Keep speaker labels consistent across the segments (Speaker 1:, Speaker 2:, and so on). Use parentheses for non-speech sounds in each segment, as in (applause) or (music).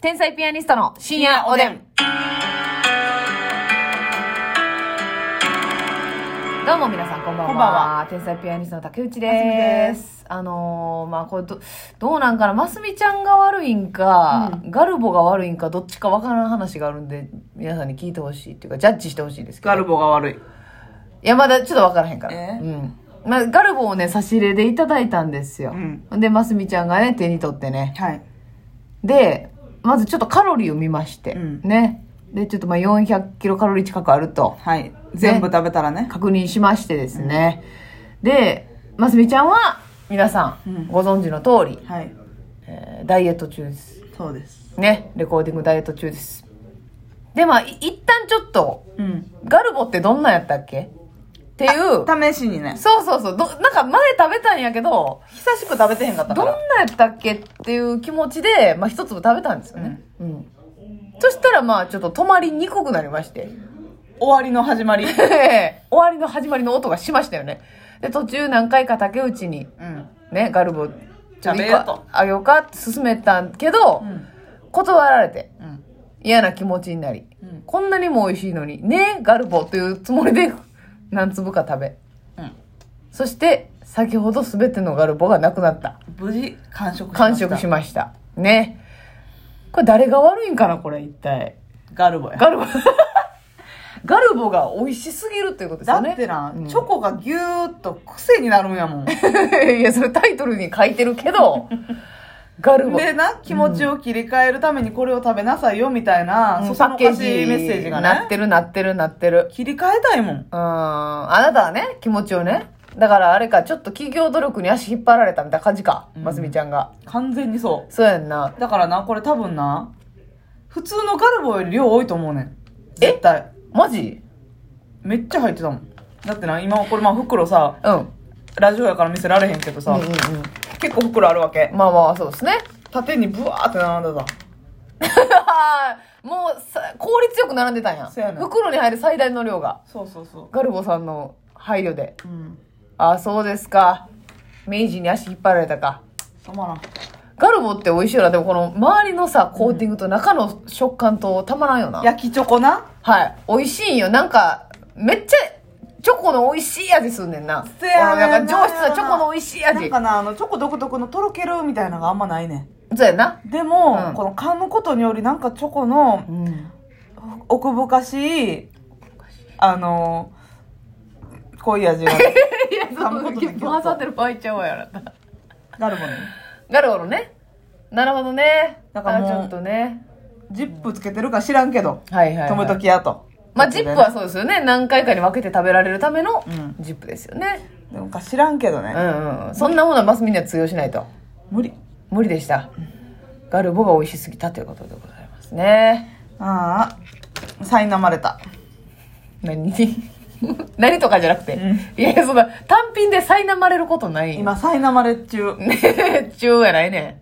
Speaker 1: 天才ピアニストの深夜おでん。どうも皆さんこんばんは。
Speaker 2: こんばんは
Speaker 1: 天才ピアニストの竹内
Speaker 2: ますみ
Speaker 1: で。
Speaker 2: です
Speaker 1: あのー、まあこれど、どうなんかな、ますみちゃんが悪いんか、ガルボが悪いんか、どっちかわからん話があるんで、皆さんに聞いてほしいっていうか、ジャッジしてほしいんですけど。
Speaker 2: ガルボが悪い。
Speaker 1: いや、まだちょっとわからへんから。
Speaker 2: え
Speaker 1: うん。まあ、ガルボをね、差し入れでいただいたんですよ。で、ますみちゃんがね、手に取ってね。
Speaker 2: はい。
Speaker 1: で、まずちょっとカロリーを見まして、
Speaker 2: うん
Speaker 1: ね。で、ちょっとまあ400キロカロリー近くあると
Speaker 2: はい。全部食べたらね。
Speaker 1: 確認しましてですね。で、ますみちゃんは、皆さ
Speaker 2: うんん
Speaker 1: ご存知の通り、
Speaker 2: はい。
Speaker 1: えーダイエット中です。
Speaker 2: そうです。
Speaker 1: ね。レコーディングダイエット中です。で、まあ、い一旦ちょっと、
Speaker 2: うん。
Speaker 1: ガルボってどんなんやったっけっていう。
Speaker 2: 試しにね。
Speaker 1: そうそうそう。ど、なんか前食べたんやけど、
Speaker 2: 久しく食べてへんかった
Speaker 1: ど
Speaker 2: か
Speaker 1: んな
Speaker 2: ら。
Speaker 1: やったっけっていう気持ちで、まあ一粒食べたんですよね。うん。そしたらまあちょっと止まりにくくなりまして。 (laughs)
Speaker 2: 終わりの始 (laughs) まり。
Speaker 1: 終わりの始まりの音がしましたよね。で、途中何回か竹内に、
Speaker 2: うん。
Speaker 1: ね、ガルボ、ちょっ
Speaker 2: 食べよと
Speaker 1: 一個あげようかって勧めたけど、
Speaker 2: うん。
Speaker 1: 断られて
Speaker 2: うん。
Speaker 1: 嫌な気持ちになり、
Speaker 2: うん
Speaker 1: こんなにも美味しいのに、ね、ガルボというつもりで何粒か食べ。
Speaker 2: うん。
Speaker 1: そして、先ほど全てのガルボがなくなった。
Speaker 2: 無事、完食しました。
Speaker 1: 完食しました。ね。これ誰が悪いんかなこれ一体。
Speaker 2: ガルボや。
Speaker 1: ガルボ。 (laughs) ガルボが美味しすぎるということです
Speaker 2: だ
Speaker 1: よね。
Speaker 2: ってな、
Speaker 1: うん
Speaker 2: チョコがぎゅーっと癖になるんやも (laughs)
Speaker 1: (laughs)
Speaker 2: ん。
Speaker 1: いや、それタイトルに書いてるけ (laughs) ど、ガルボ。
Speaker 2: でな、気持ちを切り替えるためにこれを食べなさいよみたいな、
Speaker 1: うん
Speaker 2: そ
Speaker 1: パ
Speaker 2: そ
Speaker 1: ッ
Speaker 2: の
Speaker 1: ケー
Speaker 2: か
Speaker 1: ジ
Speaker 2: しいメッセージが
Speaker 1: なっ
Speaker 2: ね。
Speaker 1: てるなってるなってる。
Speaker 2: 切り替えたいもん。
Speaker 1: うーん。あなたはね、気持ちをね。だからあれか、ちょっと企業努力に足引っ張られたみたいな感じか。ますみちゃんが。
Speaker 2: 完全にそ
Speaker 1: そうやんな。
Speaker 2: う。だからな、これ多分な、普通のガルボより量多いと思うねん。
Speaker 1: え
Speaker 2: 絶対。
Speaker 1: マジ
Speaker 2: めっちゃ入ってたもん。だってな、今これまあ袋さ、
Speaker 1: うん。うん
Speaker 2: ラジオやから見せられへんけどさ、
Speaker 1: うん
Speaker 2: 結構袋あるわけ
Speaker 1: う。ん。まあまあ、そうですね。
Speaker 2: 縦にブワーって並んでた。
Speaker 1: (laughs) もうさ効率よく並んでたんや
Speaker 2: そうやな
Speaker 1: 袋に入る最大の量が
Speaker 2: そうそうそ
Speaker 1: ガルボさんの配慮で
Speaker 2: う。うん。
Speaker 1: ああそうですか明治に足引っ張られたか
Speaker 2: 止まらん。
Speaker 1: ガルボって美味しいよなでもこの周りのさコーティングと中の食感とたまらんよな、
Speaker 2: 焼きチョコな。
Speaker 1: はい美味しいんよなんかめっちゃチョコの美味しい味すんねんな
Speaker 2: せやねんな
Speaker 1: 俺なんか上質なチョコの美味しい
Speaker 2: な
Speaker 1: 味
Speaker 2: んかな、あの、チョコ独特のとろけるみたいなのがあんまないね
Speaker 1: そうやな、
Speaker 2: ん。でも、
Speaker 1: うん
Speaker 2: この噛むことによりなんかチョコの
Speaker 1: うん、
Speaker 2: 奥深しい、あの、濃い (laughs) 味が、ね、
Speaker 1: いや
Speaker 2: 噛むことできる
Speaker 1: 挟さってる場合ちゃうわよあなた
Speaker 2: ガルボね。
Speaker 1: ガルボのねなるほどね
Speaker 2: だからもう
Speaker 1: あちょっとね
Speaker 2: ジップつけてるか知らんけど、
Speaker 1: はいはい、
Speaker 2: 止めと
Speaker 1: き。
Speaker 2: きやと。
Speaker 1: まあ、ジップはそうですよね。何回かに分けて食べられるための
Speaker 2: うん
Speaker 1: ジップですよね。
Speaker 2: なんか知らんけど
Speaker 1: う
Speaker 2: ね。
Speaker 1: んうん。そんなものはマスミには通用しないと。
Speaker 2: 無理。
Speaker 1: 無理でした。ガルボが美味しすぎたということでございますね。
Speaker 2: ああ、苛まれた。
Speaker 1: 何 (laughs) 何とかじゃなくて。
Speaker 2: うん
Speaker 1: いやいや、そんな、単品で苛まれることない。
Speaker 2: 今、苛まれ中。
Speaker 1: ね、中やないね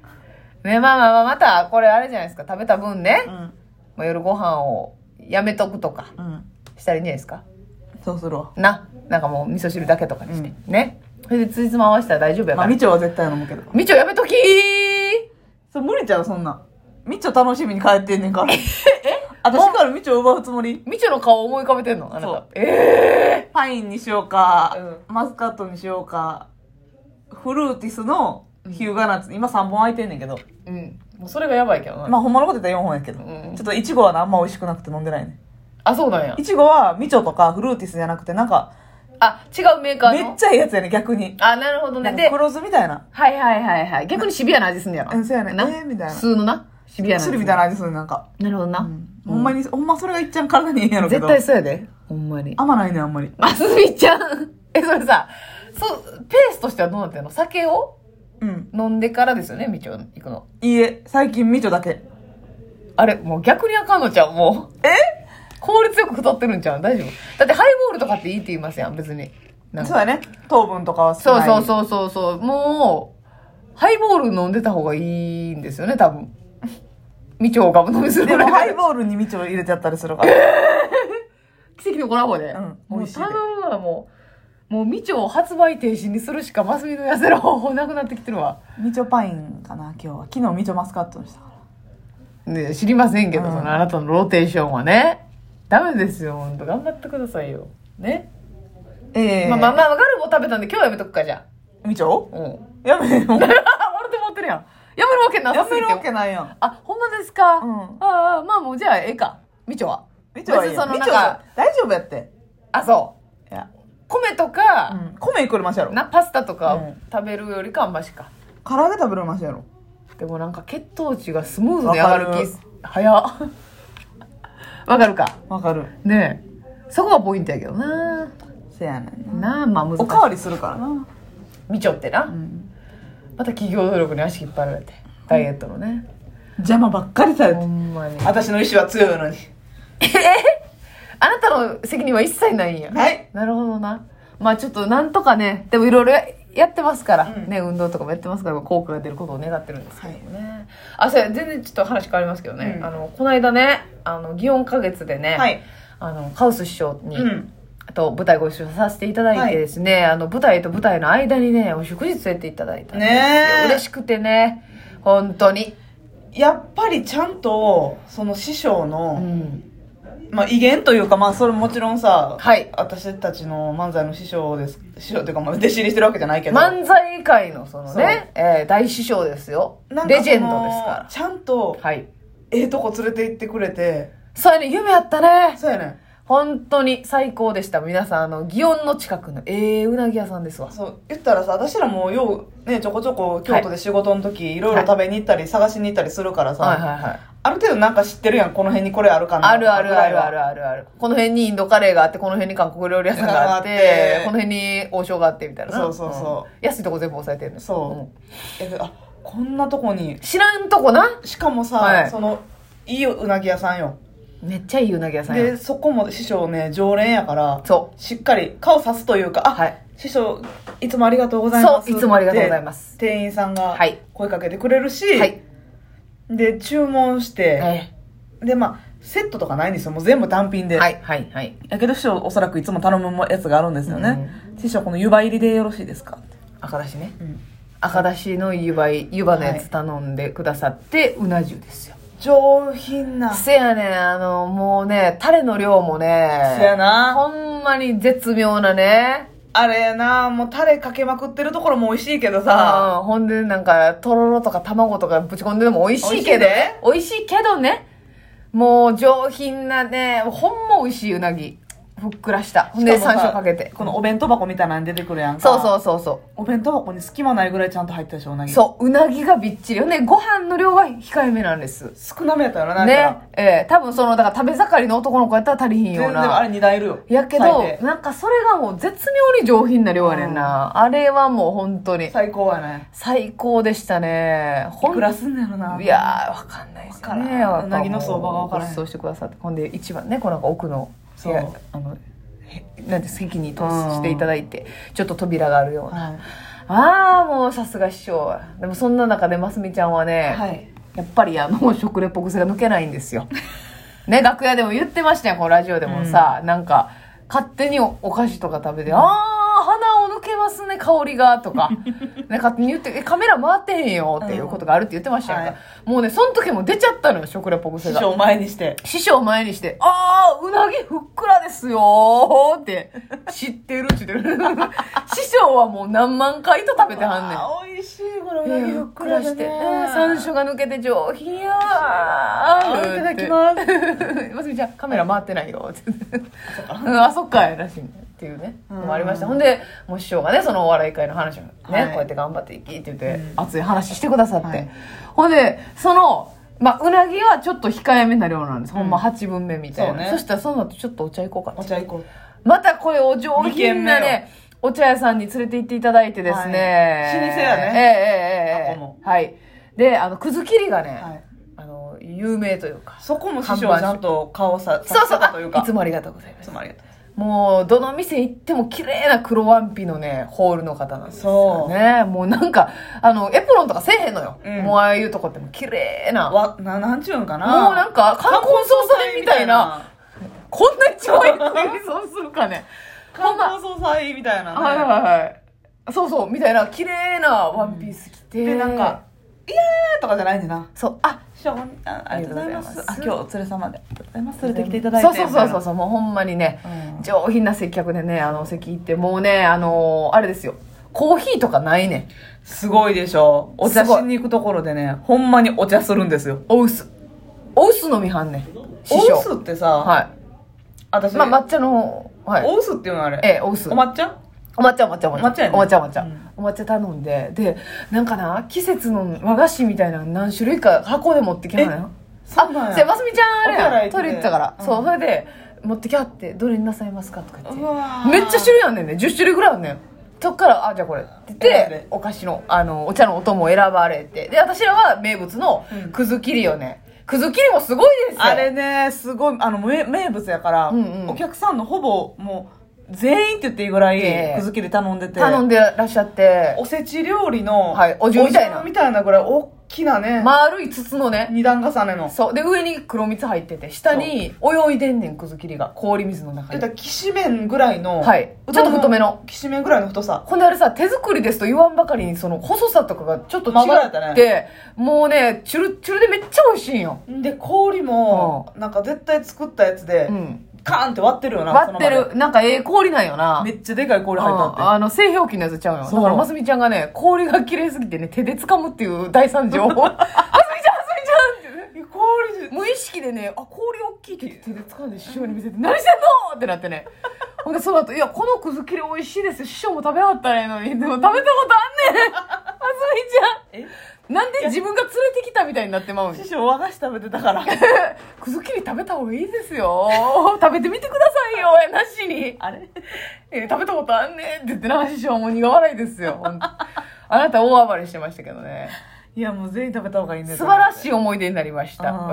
Speaker 1: ん。ね、まあまあまあ、また、これあれじゃないですか。食べた分ね
Speaker 2: う、ん。
Speaker 1: まあ、夜ご飯をやめとくとか
Speaker 2: うん。
Speaker 1: したらいいんじゃないですか。
Speaker 2: そうするわ。
Speaker 1: な。なんかもう、味噌汁だけとかにして。ね。それで、ついつま合わせたら大丈夫や
Speaker 2: ま
Speaker 1: か
Speaker 2: あ、
Speaker 1: ら。
Speaker 2: みちょは絶対飲むけど。
Speaker 1: みちょやめときー
Speaker 2: そう、無理ちゃう、そんなん。みちょ楽しみに帰ってんねんから。え私からみちょ奪うつもり
Speaker 1: みちょの顔思い浮かべてんのあな
Speaker 2: そ
Speaker 1: た
Speaker 2: う。
Speaker 1: ええ
Speaker 2: パインにしようか、
Speaker 1: う
Speaker 2: マスカットにしようか、フルーティスのヒューガナッツ、今3本空いてんねんけど。
Speaker 1: ー。うん。もうそれがやばいけどな。
Speaker 2: まあ、ほんまのこと言ったら4本やけど。
Speaker 1: うん
Speaker 2: ちょっとイチゴはな、あんま美味しくなくて飲んでないね
Speaker 1: あ、そうなんや
Speaker 2: ん。イ。チゴはみちょとかフルーティスじゃなくて、なんか、
Speaker 1: あ、違うメーカー
Speaker 2: め
Speaker 1: の。
Speaker 2: っちゃいいやつやねん、逆に。
Speaker 1: あ、なるほど
Speaker 2: な
Speaker 1: ね。
Speaker 2: ん
Speaker 1: で
Speaker 2: か、黒酢みたいな。
Speaker 1: はいはいはいはい。逆にシビアな味すんねやろ。
Speaker 2: うんそうやね
Speaker 1: な
Speaker 2: えーみたいな
Speaker 1: 普通のな。シビアな味。
Speaker 2: 汁みたいな味するねなんか。
Speaker 1: な。るほどな。
Speaker 2: ほんまに、ほんまそれがいっちゃん体にいいんやろうけ
Speaker 1: 絶
Speaker 2: ど。
Speaker 1: 対そうやで。ほんまに。
Speaker 2: あんまないねん、あんまり。
Speaker 1: ますみちゃん。え、それさ、そう、ペースとしてはどうなってんの酒を
Speaker 2: うん。
Speaker 1: 飲んでからですよね、みちょ行くの。
Speaker 2: いいえ、最近みちょだけ。
Speaker 1: あれ、もう逆にあかんのちゃうもう。
Speaker 2: え
Speaker 1: 効率よく太ってるんちゃう大丈夫だってハイボールとかっていいって言いますやん、別に。なん
Speaker 2: そう
Speaker 1: か
Speaker 2: だね。糖分とかは少
Speaker 1: そう
Speaker 2: ない。
Speaker 1: そう
Speaker 2: う。
Speaker 1: そうそうそう。もう、ハイボール飲んでた方がいいんですよね、多分。みちょが飲みする
Speaker 2: で
Speaker 1: ぐら
Speaker 2: も
Speaker 1: い
Speaker 2: ハイボールにみちょ入れちゃったりす
Speaker 1: (laughs)
Speaker 2: るから。
Speaker 1: 奇跡のコラボで。
Speaker 2: うん
Speaker 1: も
Speaker 2: 美
Speaker 1: う
Speaker 2: 味しいで
Speaker 1: 頼むわ、もう。もうみちょを発売停止にするしか、マスミの痩せる方法なくなってきてるわ。
Speaker 2: みちょパインかな、今日は。昨日みちょマスカットにしたから。
Speaker 1: ね、知りませんけど、
Speaker 2: うん
Speaker 1: そのあなたのローテーションはね。ダメですよ、本当頑張ってくださいよ。ね。
Speaker 2: ええ
Speaker 1: まあまあまあ、ガルボ食べたんで今日はやめとくか、じゃ
Speaker 2: みちょ
Speaker 1: あ。うん。
Speaker 2: やめ
Speaker 1: (laughs)
Speaker 2: よ。
Speaker 1: 笑ってもってるやん。やめるわけな
Speaker 2: や
Speaker 1: さす
Speaker 2: め
Speaker 1: ぎ
Speaker 2: る
Speaker 1: て。
Speaker 2: わけないやん。
Speaker 1: あ、ほんまですか、
Speaker 2: うん
Speaker 1: ああ、まあもうじゃあええか。みちょは。
Speaker 2: みちょはいい
Speaker 1: 別
Speaker 2: や
Speaker 1: に
Speaker 2: ん。
Speaker 1: その
Speaker 2: み
Speaker 1: な
Speaker 2: ち
Speaker 1: ん
Speaker 2: ょ
Speaker 1: か、
Speaker 2: 大丈夫やって。
Speaker 1: あ、そ
Speaker 2: いや。
Speaker 1: う。米とか、
Speaker 2: うん。米くるましやろ。
Speaker 1: な、パスタとか
Speaker 2: うん
Speaker 1: 食べるよりかはマシか。
Speaker 2: 唐揚げ食べるましやろ。
Speaker 1: でもなんか血糖値がスムーズに上がる
Speaker 2: わか
Speaker 1: 気
Speaker 2: る、
Speaker 1: 早っ。 (laughs) わかるか。
Speaker 2: わかる。
Speaker 1: ねえ。そこがポイントやけどな。
Speaker 2: せやねんな。
Speaker 1: なあ、まあ難しい
Speaker 2: お。かわりするからな。
Speaker 1: みちょってな。
Speaker 2: ん
Speaker 1: また企業努力に足引っ張られて。ダイエットのね。
Speaker 2: 邪魔ばっかりされ
Speaker 1: ほ
Speaker 2: て。
Speaker 1: んまに。
Speaker 2: 私の意志は強いのに。
Speaker 1: あなたの責任は一切ないんや。
Speaker 2: はい。
Speaker 1: なるほどな。まあちょっとなんとかね、でもいろいろややってますから、ね、運動とかもやってますから、効果が出ることを願ってるんですけどね。あ、それ全然ちょっと話変わりますけどね、
Speaker 2: うん
Speaker 1: あの、この間ね、あの、祇園花月でね、
Speaker 2: はい。
Speaker 1: あの、カウス師匠に、
Speaker 2: うん。
Speaker 1: と舞台ご一緒させていただいてですね、あの舞台と舞台の間にねお食事連れていただいたんですよ
Speaker 2: ねえ
Speaker 1: 嬉しくてね本当に
Speaker 2: やっぱりちゃんと、その師匠
Speaker 1: う
Speaker 2: の、
Speaker 1: ん
Speaker 2: まあ威厳というか、まあそれもちろんさ、
Speaker 1: はい
Speaker 2: 私たちの漫才の師匠です。師匠というか、まあ弟子入りしてるわけじゃないけど。
Speaker 1: 漫才界のそのねえー大師匠ですよ
Speaker 2: なんかその
Speaker 1: レジェンドですか
Speaker 2: ちゃんと
Speaker 1: ら、はい
Speaker 2: ええとこ連れて行ってくれて。
Speaker 1: そうやね夢あったね
Speaker 2: そうやねん。
Speaker 1: 本当に最高でした皆さんあの祇園の近くのええうなぎ屋さんですわ
Speaker 2: そう言ったらさ私らもようねちょこちょこ京都で仕事の時、い、ろいろ食べに行ったり探しに行ったりするからさ、
Speaker 1: はいはいはい
Speaker 2: ある程度なんか知ってるやんこの辺にこれあるかな
Speaker 1: あるあるあ
Speaker 2: ぐら
Speaker 1: る
Speaker 2: いは
Speaker 1: あるあるあるこの辺にインドカレーがあってこの辺に韓国料理屋さんがあって
Speaker 2: あって
Speaker 1: この辺に王将があってみたいな
Speaker 2: そうそうそ
Speaker 1: うん安いとこ全部押さえてるの
Speaker 2: そ
Speaker 1: ん
Speaker 2: えであこんなとこに
Speaker 1: 知らんとこな
Speaker 2: しかもさ、
Speaker 1: はい
Speaker 2: そのいいうなぎ屋さんよ
Speaker 1: めっちゃいいうなぎ屋さんや
Speaker 2: でそこも師匠ね常連やから
Speaker 1: そ
Speaker 2: しっかり顔さすというかあ、
Speaker 1: うはい
Speaker 2: 師匠いつもありがとうございます
Speaker 1: そういつもありがとうございます
Speaker 2: って店員さんが
Speaker 1: はい
Speaker 2: 声かけてくれるし、
Speaker 1: はい
Speaker 2: で注文して、
Speaker 1: え
Speaker 2: でまあセットとかないんですよもう全部単品
Speaker 1: え
Speaker 2: で、
Speaker 1: はいはいはい
Speaker 2: やけど師匠おそらくいつも頼むやつがあるんですよね、師匠この湯葉入りでよろしいですか、
Speaker 1: 赤だしね赤だしの湯葉い湯葉のやつ頼んでくださってうな重ですよ
Speaker 2: 上品な
Speaker 1: せやねんあのもうねタレの量もね
Speaker 2: せやな
Speaker 1: ほんまに絶妙なね
Speaker 2: あれやなもうタレかけまくってるところも美味しいけどさ
Speaker 1: ああほんでなんかとろろとか卵とかぶち込んででも美味しいけどね美味しいけどねもう上品なねほんま美味しいうなぎふっくらしたほんで
Speaker 2: しも
Speaker 1: 山
Speaker 2: さ
Speaker 1: 椒かけて
Speaker 2: このお弁当箱みたいなの出てくるやんか
Speaker 1: そうそうそうそう
Speaker 2: お弁当箱に隙間ないぐらいちゃんと入ってたでしょうなぎ
Speaker 1: そううなぎがびっちりほんでご飯の量が控えめなんです
Speaker 2: 少なめやったよななんか
Speaker 1: ねええ多分そのだから食べ盛りの男の子やったら足りひん
Speaker 2: 全
Speaker 1: よう
Speaker 2: 然あ
Speaker 1: な
Speaker 2: れ2台いるよ
Speaker 1: やけ
Speaker 2: 最
Speaker 1: ど
Speaker 2: 低
Speaker 1: なんかそれがもう絶妙に上品な量やねんな、あれはもう本当に
Speaker 2: 最高やね
Speaker 1: 最高でしたね
Speaker 2: い
Speaker 1: ほん
Speaker 2: くらすんのやろない
Speaker 1: やー、わかんないですよ
Speaker 2: わからん
Speaker 1: ね。やっぱ
Speaker 2: うなぎの相場がわからへ
Speaker 1: ご
Speaker 2: ん
Speaker 1: 馳走してくださって。ほんで、一番ね、こうなんか奥の、
Speaker 2: そう
Speaker 1: 部屋あの、へなんて席に通していただいて、ちょっと扉があるような。
Speaker 2: は
Speaker 1: ああ、もうさすが師匠。でもそんな中で、ますみちゃんはね、
Speaker 2: い、はい、
Speaker 1: やっぱりあの、食レポ癖が抜けないんですよ。 (laughs) ね、楽屋でも言ってましたよ、このラジオでもさ、なんか、勝手におお菓子とか食べて、ああ、鼻を抜けますね、香りが、と
Speaker 2: (laughs)
Speaker 1: か、ね、勝手に言って、え、カメラ回ってへんよ、っていうことがあるって言ってましたよ、
Speaker 2: うんはい
Speaker 1: もうね、その時も出ちゃったのよ、食レポ癖
Speaker 2: 師
Speaker 1: が。
Speaker 2: 匠前にして
Speaker 1: 師匠前にして、ああ、うなぎふっくらですよーって、知ってるって言っ
Speaker 2: (laughs)
Speaker 1: てる。師匠はもう何万回と食べてはんねん。
Speaker 2: あー美味しいこれ
Speaker 1: いや
Speaker 2: うなぎふ
Speaker 1: ふ
Speaker 2: っ
Speaker 1: っ
Speaker 2: く
Speaker 1: く
Speaker 2: ら
Speaker 1: ら
Speaker 2: し
Speaker 1: してて、山椒が抜けて上品やー
Speaker 2: いただきます
Speaker 1: す (laughs) ますみちゃんカメラ回ってないよってうんあそっかやらしいねっていうね
Speaker 2: うん
Speaker 1: のもありましたほんでもう師匠がねそのお笑い界の話をね、
Speaker 2: はい
Speaker 1: こうやって頑張っていきって言って、
Speaker 2: うん
Speaker 1: 熱い話してくださって、
Speaker 2: はい
Speaker 1: ほんでそのまあ、うなぎはちょっと控えめな量なんです。ほんま
Speaker 2: うん
Speaker 1: 8分目みたいな。
Speaker 2: そう
Speaker 1: そ
Speaker 2: ね
Speaker 1: したらその後ちょっとお茶行こうかって
Speaker 2: お茶行こう
Speaker 1: またこれお上
Speaker 2: 二軒
Speaker 1: 品
Speaker 2: 目
Speaker 1: な
Speaker 2: よ
Speaker 1: ね、お茶屋さんに連れて行っていただいてですね。
Speaker 2: はい老舗やね
Speaker 1: ええええええ
Speaker 2: あこも
Speaker 1: はい。で、あの、くず切りがね、
Speaker 2: はい、
Speaker 1: あの、有名というか。
Speaker 2: そこも師匠ちゃんと顔さ
Speaker 1: そうそ
Speaker 2: さ
Speaker 1: う、
Speaker 2: せたという
Speaker 1: あ
Speaker 2: か
Speaker 1: いつもありがとうございま
Speaker 2: い
Speaker 1: す
Speaker 2: つ。もありがとう
Speaker 1: もう、どの店行っても綺麗な黒ワンピのね、ホールの方なんですよね。もうなんか、あの、エプロンとかせえへんのよ。
Speaker 2: うん
Speaker 1: もうああいうとこっても綺麗な。も
Speaker 2: わななんちゅうんか
Speaker 1: う
Speaker 2: な
Speaker 1: なんか、冠婚葬祭みたいな。こんな一番いいそうするかね。ほん
Speaker 2: 冠
Speaker 1: ま
Speaker 2: 婚葬祭みたいなね
Speaker 1: はいはいはい。そうそう、みたいな、綺麗なワンピース着て。
Speaker 2: でなんかとかじゃないんだな。
Speaker 1: そうあ
Speaker 2: しょうあありがとうございます。
Speaker 1: あ
Speaker 2: あ、
Speaker 1: りがとうございます
Speaker 2: 今日お連れ様で。ありがとうございます。連れてきていただいて。
Speaker 1: そうそうそうそう
Speaker 2: う。
Speaker 1: そうもうほんまにね
Speaker 2: うん
Speaker 1: 上品な接客でねあの席行ってもうねあのーあれですよコーヒーとかないねん
Speaker 2: すごいでしょ。お茶
Speaker 1: すごい
Speaker 2: しに行くところでね、ほんまにお茶するんですよ。
Speaker 1: お薄お薄飲みはんねん師
Speaker 2: おう
Speaker 1: 匠
Speaker 2: すってさ、
Speaker 1: は
Speaker 2: 私、
Speaker 1: いまあ抹茶のはい
Speaker 2: おうすっていうのあれ。
Speaker 1: ええお薄
Speaker 2: お抹茶
Speaker 1: お抹茶お抹茶お抹
Speaker 2: 抹茶
Speaker 1: 茶
Speaker 2: やね
Speaker 1: お抹茶お抹
Speaker 2: う
Speaker 1: 茶
Speaker 2: ん
Speaker 1: お抹茶頼んででなんかな季節の和菓子みたいなの何種類か箱で持ってきはんのよ
Speaker 2: そうなん
Speaker 1: それ
Speaker 2: や。
Speaker 1: ますみちゃんあれやん
Speaker 2: お手洗い行って
Speaker 1: トイレ行ったから、
Speaker 2: うん
Speaker 1: そうそれで持ってきはって「どれになさいますか?」とか言
Speaker 2: うわ
Speaker 1: っ
Speaker 2: ー
Speaker 1: てめっちゃ種類あんねんね10種類ぐらいあんねんそっから「あじゃあこれ」って言って
Speaker 2: 選んで
Speaker 1: お菓子のあのお茶のお供を選ばれてで私らは名物の
Speaker 2: うん
Speaker 1: くず切りよね、くず切りもすごいですよ
Speaker 2: あれね、すごい、あの、名名物やから、
Speaker 1: うんうん
Speaker 2: お客さんのほぼ、もう、全員って言っていいぐら
Speaker 1: え
Speaker 2: い、
Speaker 1: え
Speaker 2: くずきで頼んでて。
Speaker 1: 頼んでらっしゃって
Speaker 2: おせち料理の、
Speaker 1: はいお重みたいな
Speaker 2: お重みたいなぐらい、大きなね、
Speaker 1: 丸い筒のね
Speaker 2: 二段重ねの。
Speaker 1: そうで上に黒蜜入ってて下に泳いでんねんくず切りが氷水の中
Speaker 2: 言
Speaker 1: に
Speaker 2: ったら、きしめんぐらいの、
Speaker 1: はいちょっと太めの。
Speaker 2: きしめんぐらいの太さ。
Speaker 1: ほんであれさ、手作りですと言わんばかりに、その細さとかがちょっと違
Speaker 2: まあまあやっ
Speaker 1: ったて、もうね、チュルチュルでめっちゃ美味しいんよ。
Speaker 2: で、氷も、なんか絶対作ったやつで、
Speaker 1: うん。
Speaker 2: カーンって割ってるよな、
Speaker 1: 割って
Speaker 2: その場で。
Speaker 1: る。なんかええ氷なんよな。
Speaker 2: めっちゃでかい氷入
Speaker 1: うん
Speaker 2: ったって。
Speaker 1: あの、製氷機のやつちゃうよ。だ
Speaker 2: そう
Speaker 1: から、ますみちゃんがね、氷が綺麗すぎてね、手で掴むっていう大惨
Speaker 2: (laughs)
Speaker 1: 事を。ますみちゃん、ますみちゃんってね
Speaker 2: いや氷で、
Speaker 1: 無意識でね、あ、氷大きいって言って手で掴んで師匠に見せて、何してんのってなってね。ほんで、その後、いや、このくず切り美味しいですよ。師匠も食べはったらええのに。でも食べたことあんねん。あすみち
Speaker 2: え
Speaker 1: ゃん。なんで自分が連れてきたみたいになってまうん
Speaker 2: 師匠和菓子食べて
Speaker 1: (laughs)
Speaker 2: たから。
Speaker 1: くず切り食べた方がいいですよ。食べてみてくださいよ。やなしに。
Speaker 2: あれ
Speaker 1: えー食べたことあんねんって言ってな、師匠も苦笑いですよ。ほんとあなた大暴れしてましたけどね。
Speaker 2: いや、もう全員食べた方がいいんだ
Speaker 1: 素晴ら
Speaker 2: い
Speaker 1: しい思い出になりました。
Speaker 2: うん